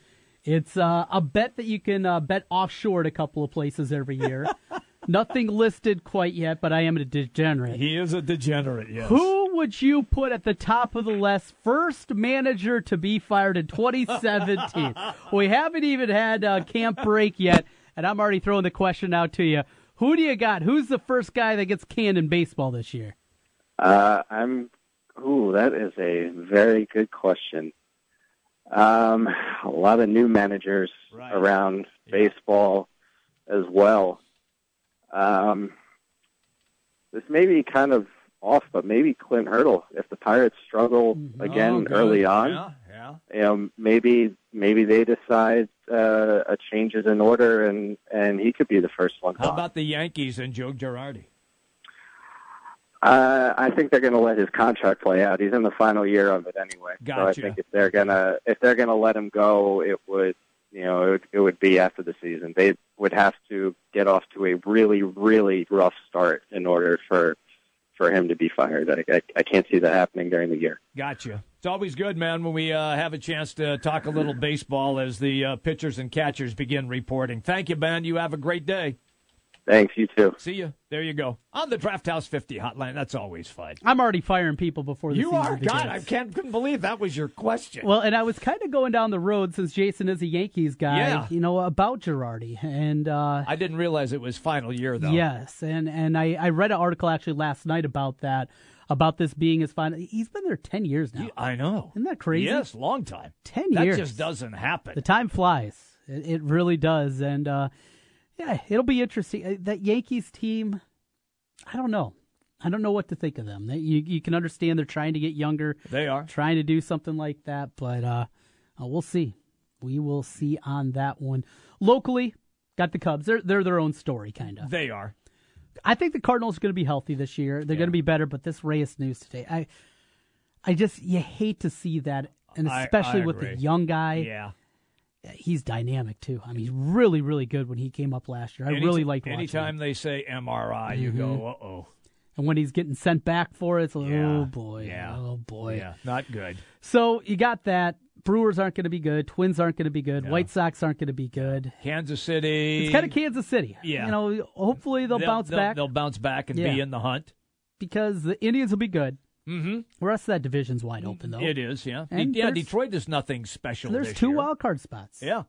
It's uh, a bet that you can uh, bet offshore at a couple of places every year. Nothing listed quite yet, but I am a degenerate. He is a degenerate, yes. Who would you put at the top of the list? First manager to be fired in [laughs] 2017. we haven't even had uh, camp break yet, and I'm already throwing the question out to you. Who do you got? Who's the first guy that gets canned in baseball this year? Uh, I'm. Ooh, that is a very good question. Um, a lot of new managers around baseball as well. Um, this may be kind of off, but maybe Clint Hurdle. If the Pirates struggle again early on, Yeah, Mm-hmm. Oh, yeah. you know, maybe maybe they decide uh, a change is in order, and and he could be the first one. How gone. about the Yankees and Joe Girardi? Uh, I think they're going to let his contract play out. He's in the final year of it anyway. Gotcha. So I think if they're gonna if they're gonna let him go, it would you know it would, it would be after the season. They would have to get off to a really really rough start in order for for him to be fired. I I, I can't see that happening during the year. Gotcha. It's always good, man, when we uh, have a chance to talk a little baseball as the uh, pitchers and catchers begin reporting. Thank you, Ben. You have a great day. Thanks. You too. See you. There you go. On the Draft House 50 hotline. That's always fun. I'm already firing people before the You season are begins. God. I can't couldn't believe that was your question. Well, and I was kind of going down the road since Jason is a Yankees guy, Yeah. you know, about Girardi. And uh, I didn't realize it was final year though. yes, and and I, I read an article actually last night about that, about this being his final. He's been there ten years now. I know. Isn't that crazy? Yes, long time. 10 that years. just doesn't happen. The time flies. It, it really does. And uh, yeah, it'll be interesting. Uh, That Yankees team, I don't know. I don't know what to think of them. They, you, you can understand they're trying to get younger, they are. trying to do something like that, but uh, uh, we'll see. We will see on that one. Locally, got the Cubs. They're they're their own story, kind of. They are. I think the Cardinals are going to be healthy this year. They're going to be better. But this Reyes news today, I, I just you hate to see that, and I- I especially with the agree. young guy Yeah. he's dynamic too. I mean, he's really, really good when he came up last year. I Any- really liked watching Mm-hmm. Anytime him. they say MRI, you go, uh oh. And when he's getting sent back for it, it's like, Yeah, oh boy, yeah, oh boy. Yeah. Not good. So you got that. Brewers aren't going to be good. Twins aren't going to be good. White Sox aren't going to be good. Kansas City. It's kind of Kansas City. Yeah. You know, hopefully they'll, bounce back They'll bounce back and be Yeah. in the hunt. because the Indians will be good. Mm-hmm. The rest of that division's wide open though. It is, yeah. And yeah, there's- Detroit is nothing special. There's this two year. wild card spots. Yeah,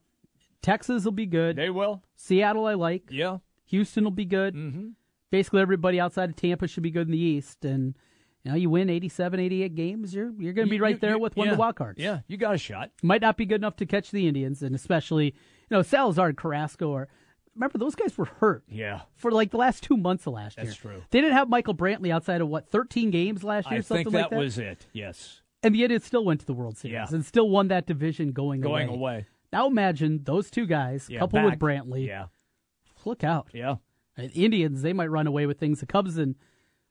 Texas will be good. they will. Seattle I like. Yeah, Houston will be good. Mhm. Basically, everybody outside of Tampa should be good in the East. And you know, you win 87, 88 games, you're you're going to be You- right you- there you- with one of yeah. the wild cards. Yeah, you got a shot. might not be good enough to catch the Indians, and especially you know Salazar and Carrasco are. Remember, those guys were hurt Yeah, for like the last two months of last That's year. true. They didn't have Michael Brantley outside of what 13 games last year, I something think like that that. was it. Yes, and the Indians still went to the World Series Yeah. and still won that division going going away. Now imagine those two guys, Yeah, coupled with back. Brantley. Yeah, Look out. yeah. Uh, the Indians, they might run away with things. The Cubs and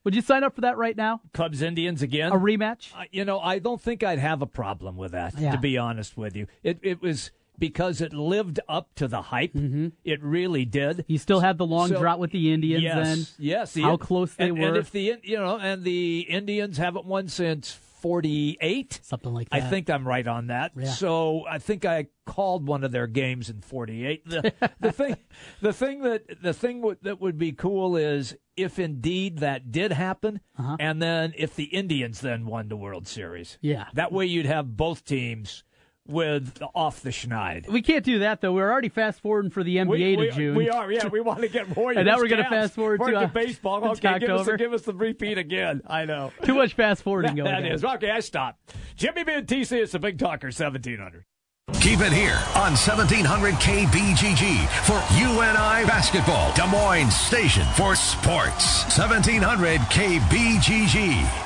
would you sign up for that right now? Cubs Indians again. A rematch? I- you know, I don't think I'd have a problem with that. Yeah. To be honest with you, it it was because it lived up to the hype. Mm-hmm. It really did. You still have the long So- drought with the Indians yes, then. Yes, the- How close they and, were. And if the you know, and the Indians haven't won since '48. Something like I that. think I'm right on that. Yeah. So I think I called one of their games in '48. [laughs] The, the thing, the thing that the thing w- that would be cool is if indeed that did happen, Uh-huh. and then if the Indians then won the World Series. Yeah. that way you'd have both teams with off the schneid. we can't do that though. We're already fast forwarding for the NBA we, to we, June. we are, yeah. We want to get more. [laughs] And now we're going gonna fast forward to, uh, baseball. to Okay, give us, the, October. give us the repeat again. I know. [laughs] Too much fast forwarding going That on. is okay. I stopped. Jimmy B and TC is the Big Talker, seventeen hundred. Keep it here on 1700 KBGG for UNI basketball, Des Moines Station for sports. 1700 KBGG.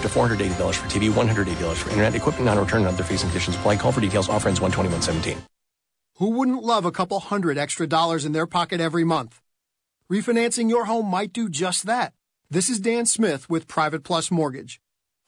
to $480 for TV, $180 for internet. Equipment non-return and other fees and conditions apply. Call for details. Offer ends 121.17. Who wouldn't love a couple hundred extra dollars in their pocket every month? Refinancing your home might do just that. This is Dan Smith with Private Plus Mortgage.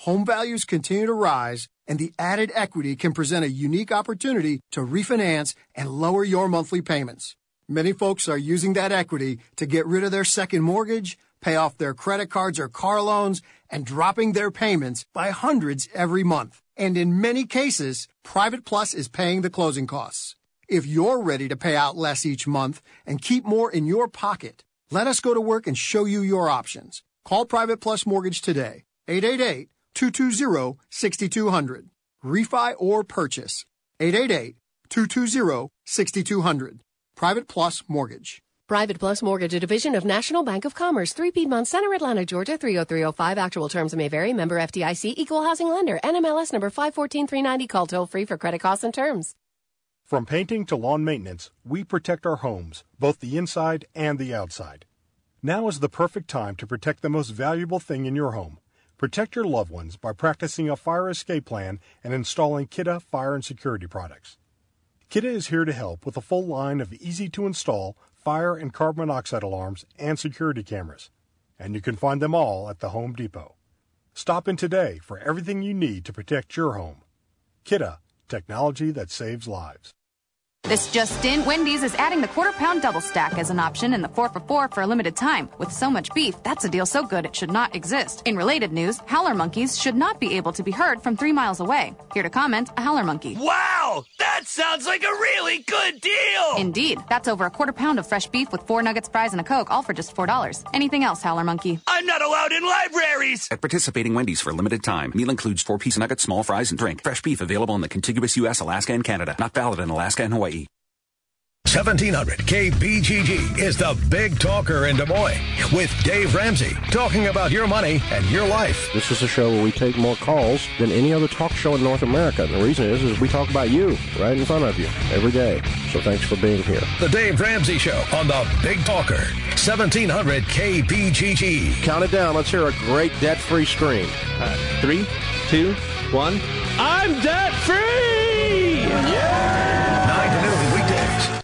Home values continue to rise, and the added equity can present a unique opportunity to refinance and lower your monthly payments. Many folks are using that equity to get rid of their second mortgage, pay off their credit cards or car loans, and dropping their payments by hundreds every month. And in many cases, Private Plus is paying the closing costs. If you're ready to pay out less each month and keep more in your pocket, let us go to work and show you your options. Call Private Plus Mortgage today, 888 220 6200. Refi or purchase, 888 220 6200. Private Plus Mortgage. Private Plus Mortgage, a division of National Bank of Commerce, 3 Piedmont Center, Atlanta, Georgia, 30305. Actual terms may vary. Member FDIC, Equal Housing Lender, NMLS number 514390. Call toll free for credit costs and terms. From painting to lawn maintenance, we protect our homes, both the inside and the outside. Now is the perfect time to protect the most valuable thing in your home. Protect your loved ones by practicing a fire escape plan and installing Kidda fire and security products. Kidda is here to help with a full line of easy to install fire and carbon monoxide alarms and security cameras. And you can find them all at the Home Depot. Stop in today for everything you need to protect your home. Kidda, technology that saves lives. This just in, Wendy's is adding the quarter pound double stack as an option in the 4 for 4 for a limited time. With so much beef, that's a deal so good it should not exist. In related news, howler monkeys should not be able to be heard from three miles away. Here to comment, a howler monkey. Wow! That sounds like a really good deal! Indeed. That's over a quarter pound of fresh beef with four nuggets, fries, and a Coke, all for just $4. Anything else, howler monkey? I'm not allowed in libraries! At participating Wendy's for a limited time, meal includes four piece nuggets, small fries, and drink. Fresh beef available in the contiguous U.S., Alaska, and Canada. Not valid in Alaska and Hawaii. 1700 KBGG is the big talker in Des Moines with Dave Ramsey talking about your money and your life. This is a show where we take more calls than any other talk show in North America. The reason is, is we talk about you right in front of you every day. So thanks for being here. The Dave Ramsey Show on the Big Talker, 1700 KBGG. Count it down. Let's hear a great debt-free scream. Uh, three, two, one. I'm debt-free! Yeah! Nine to noon weekdays.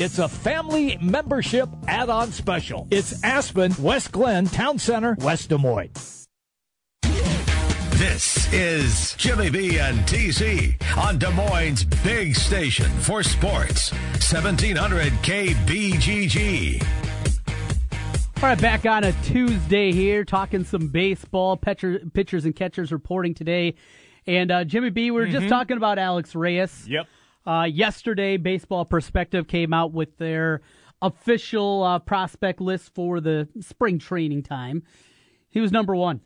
it's a family membership add on special. It's Aspen, West Glen, Town Center, West Des Moines. This is Jimmy B and TC on Des Moines' big station for sports, 1700 KBGG. All right, back on a Tuesday here, talking some baseball, pitcher, pitchers and catchers reporting today. And uh, Jimmy B, we were mm-hmm. just talking about Alex Reyes. Yep. Uh, yesterday, Baseball Perspective came out with their official uh, prospect list for the spring training time. He was number one,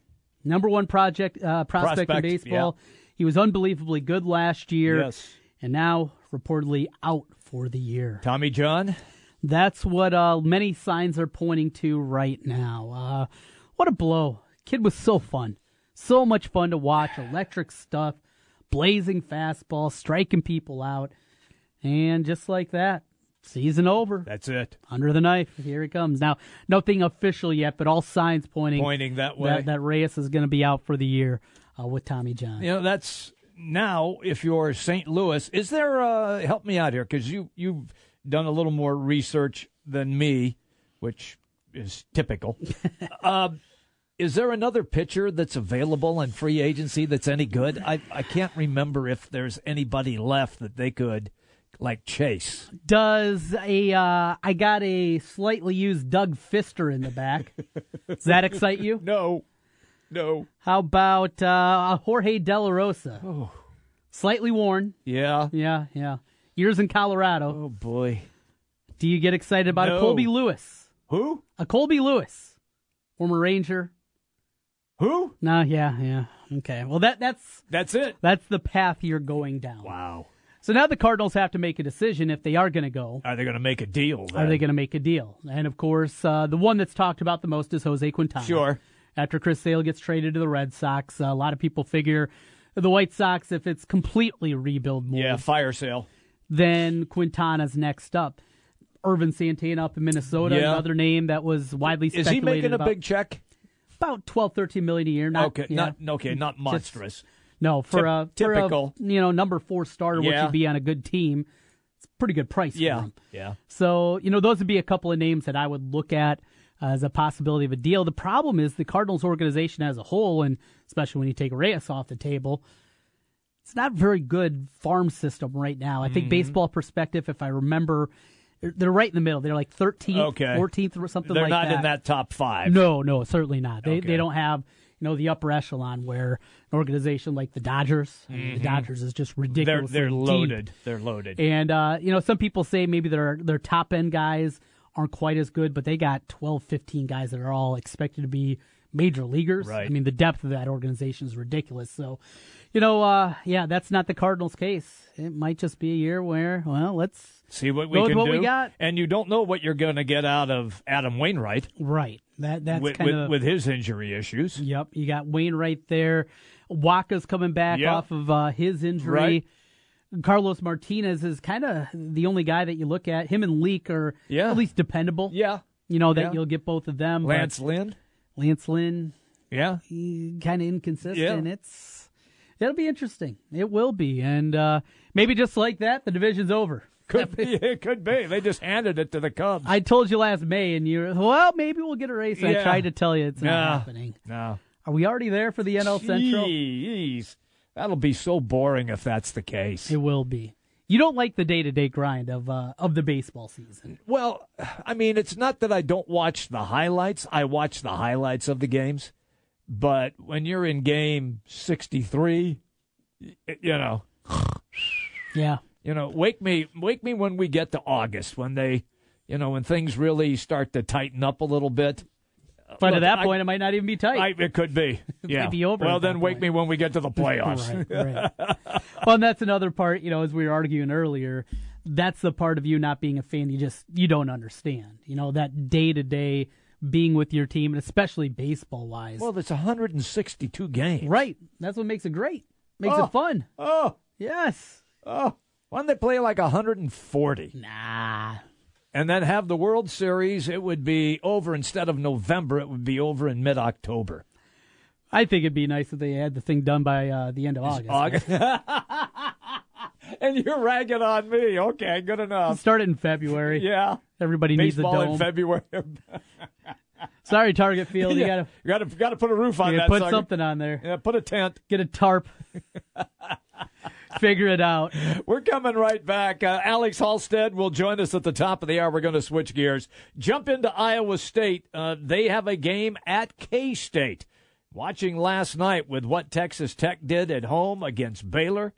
number one project uh, prospect, prospect, in baseball. Yeah. He was unbelievably good last year, yes. and now reportedly out for the year. Tommy John. That's what uh, many signs are pointing to right now. Uh, what a blow! Kid was so fun, so much fun to watch. Electric stuff blazing fastball, striking people out. And just like that, season over. That's it. Under the knife. Here he comes. Now, nothing official yet, but all signs pointing pointing that way that, that Reyes is going to be out for the year uh, with Tommy John. You know, that's now if you're St. Louis, is there uh help me out here cuz you you've done a little more research than me, which is [laughs] typical. uh, is there another pitcher that's available in free agency that's any good? I I can't remember if there's anybody left that they could like Chase. Does a uh, I got a slightly used Doug Fister in the back? Does that excite you? [laughs] No, no. How about uh, Jorge De La Rosa? Oh, slightly worn. Yeah, yeah, yeah. Years in Colorado. Oh boy. Do you get excited about no. a Colby Lewis? Who? A Colby Lewis, former Ranger. Who? No, yeah, yeah. Okay. Well, that that's that's it. That's the path you're going down. Wow. So now the Cardinals have to make a decision if they are going to go. Are they going to make a deal? Then? Are they going to make a deal? And of course, uh, the one that's talked about the most is Jose Quintana. Sure. After Chris Sale gets traded to the Red Sox, uh, a lot of people figure the White Sox, if it's completely rebuild mode, yeah, fire sale, then Quintana's next up. Irvin Santana up in Minnesota, yeah. another name that was widely speculated. Is he making about. a big check? about 12 13 million a year not okay yeah. not okay not monstrous Just, no for Tip, a typical for a, you know number 4 starter yeah. which would be on a good team it's a pretty good price yeah for him. yeah so you know those would be a couple of names that I would look at uh, as a possibility of a deal the problem is the Cardinals organization as a whole and especially when you take Reyes off the table it's not very good farm system right now I mm-hmm. think baseball perspective if I remember they're right in the middle. They're like 13th, okay. 14th, or something they're like that. They're not in that top five. No, no, certainly not. They, okay. they don't have you know the upper echelon where an organization like the Dodgers, mm-hmm. the Dodgers is just ridiculous. They're, they're loaded. Deep. They're loaded. And uh, you know some people say maybe their their top end guys aren't quite as good, but they got 12, 15 guys that are all expected to be major leaguers. Right. I mean the depth of that organization is ridiculous. So. You know, uh, yeah, that's not the Cardinals' case. It might just be a year where, well, let's see what we Go can what do. We got. And you don't know what you're going to get out of Adam Wainwright. Right. That that's with, kind with, of with his injury issues. Yep. You got Wainwright there. Waka's coming back yep. off of uh, his injury. Right. Carlos Martinez is kind of the only guy that you look at. Him and Leak are yeah. at least dependable. Yeah. You know that yeah. you'll get both of them. Lance Lynn. Lance Lynn. Yeah. Kind of inconsistent. Yeah. It's It'll be interesting. It will be, and uh, maybe just like that, the division's over. Could be, [laughs] it could be. They just handed it to the Cubs. I told you last May, and you were, well, maybe we'll get a race. And yeah. I tried to tell you it's no. not happening. No. Are we already there for the NL Central? Jeez. That'll be so boring if that's the case. It will be. You don't like the day to day grind of uh, of the baseball season. Well, I mean, it's not that I don't watch the highlights. I watch the highlights of the games but when you're in game 63 you know yeah you know wake me wake me when we get to august when they you know when things really start to tighten up a little bit but Look, at that point, I, it might not even be tight. I, it could be. [laughs] it yeah. be over. Well, then wake point. me when we [laughs] get to the playoffs. right, [laughs] right. well, and that's another part. You know, as we were arguing earlier, that's the part of you not being a fan. You just you don't understand. You know that day to day being with your team, and especially baseball wise. Well, it's 162 games. Right. That's what makes it great. Makes oh, it fun. Oh. Yes. Oh. Why don't they play like 140? Nah. And then have the World Series, it would be over instead of November, it would be over in mid October. I think it'd be nice if they had the thing done by uh, the end of It's August. August. [laughs] and you're ragging on me. Okay, good enough. Start it in February. Um, Yeah. Everybody Baseball needs a dome. in February. [laughs] Sorry, Target Field. You Yeah. gotta You gotta gotta put a roof on you that. put sucker. something on there. Yeah, put a tent. Get a tarp. Figure it out. We're coming right back. Uh, Alex Halstead will join us at the top of the hour. We're going to switch gears. Jump into Iowa State. Uh, they have a game at K State. Watching last night with what Texas Tech did at home against Baylor.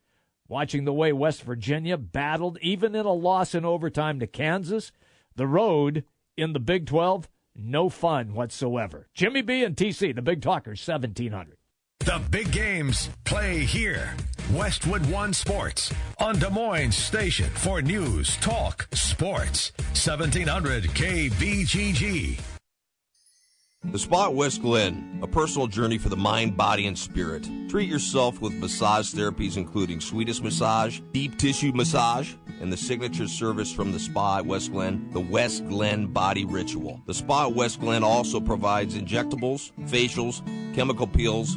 Watching the way West Virginia battled, even in a loss in overtime to Kansas. The road in the Big 12, no fun whatsoever. Jimmy B and TC, the Big Talkers, 1700. The big games play here. Westwood One Sports on Des Moines Station for news, talk, sports. 1700 KBGG. The Spot West Glen, a personal journey for the mind, body, and spirit. Treat yourself with massage therapies including Swedish massage, deep tissue massage, and the signature service from the spa at West Glen, the West Glen Body Ritual. The Spa at West Glen also provides injectables, facials, chemical peels,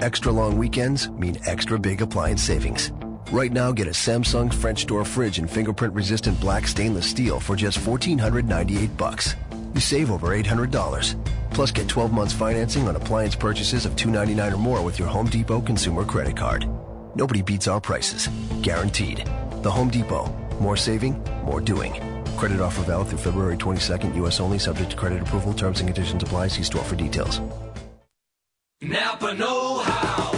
extra long weekends mean extra big appliance savings. Right now, get a Samsung French door fridge in fingerprint resistant black stainless steel for just 1498 bucks. You save over $800. Plus, get 12 months financing on appliance purchases of $299 or more with your Home Depot consumer credit card. Nobody beats our prices. Guaranteed. The Home Depot. More saving, more doing. Credit offer valid through February 22nd, U.S. only, subject to credit approval. Terms and conditions apply. See store for details. Napa Know How.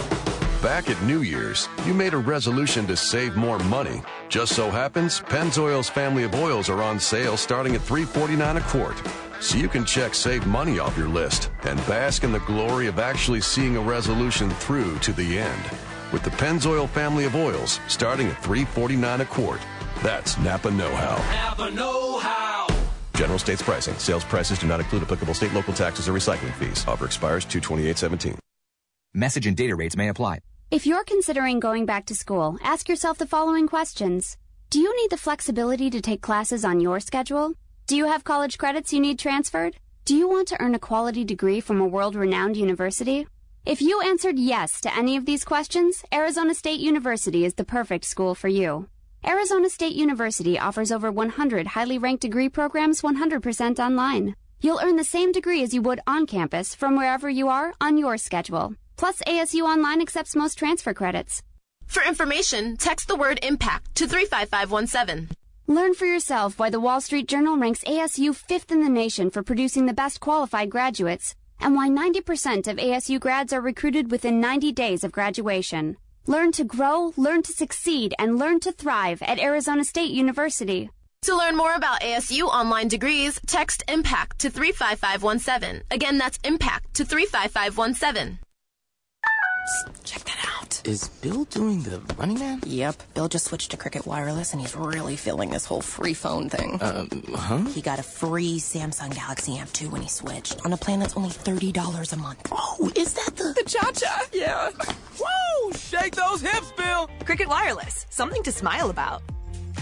Back at New Year's, you made a resolution to save more money. Just so happens, Pennzoil's family of oils are on sale starting at $3.49 a quart. So you can check save money off your list and bask in the glory of actually seeing a resolution through to the end. With the Pennzoil family of oils starting at $3.49 a quart. That's Napa Know How. Napa Know How. General States pricing. Sales prices do not include applicable state, local taxes, or recycling fees. Offer expires 22817. Message and data rates may apply. If you're considering going back to school, ask yourself the following questions Do you need the flexibility to take classes on your schedule? Do you have college credits you need transferred? Do you want to earn a quality degree from a world renowned university? If you answered yes to any of these questions, Arizona State University is the perfect school for you. Arizona State University offers over 100 highly ranked degree programs 100% online. You'll earn the same degree as you would on campus from wherever you are on your schedule. Plus, ASU Online accepts most transfer credits. For information, text the word IMPACT to 35517. Learn for yourself why the Wall Street Journal ranks ASU fifth in the nation for producing the best qualified graduates and why 90% of ASU grads are recruited within 90 days of graduation. Learn to grow, learn to succeed, and learn to thrive at Arizona State University. To learn more about ASU online degrees, text IMPACT to 35517. Again, that's IMPACT to 35517. Check that out. Is Bill doing the running man? Yep. Bill just switched to Cricket Wireless and he's really feeling this whole free phone thing. Um, huh? He got a free Samsung Galaxy F2 when he switched on a plan that's only $30 a month. Oh, is that the. The cha cha? Yeah. Woo! Shake those hips, Bill! Cricket Wireless. Something to smile about.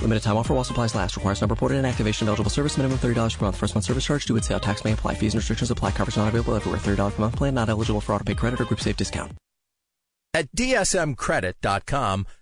Limited time offer while supplies last. Requires number ported and activation of eligible service. Minimum $30 per month. First month service charge due at sale. Tax may apply. Fees and restrictions apply. Coverage not available everywhere. $30 per month plan. Not eligible for auto pay credit or group save discount. At DSMCredit.com,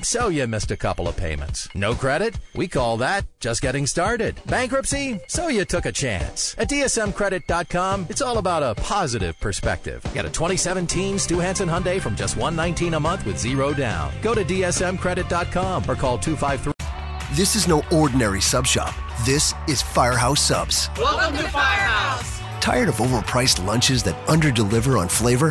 so you missed a couple of payments. No credit? We call that just getting started. Bankruptcy? So you took a chance. At DSMCredit.com, it's all about a positive perspective. Get a 2017 Stu Hansen Hyundai from just 119 a month with zero down. Go to DSMCredit.com or call 253. 253- this is no ordinary sub shop. This is Firehouse Subs. Welcome to Firehouse. Tired of overpriced lunches that underdeliver on flavor?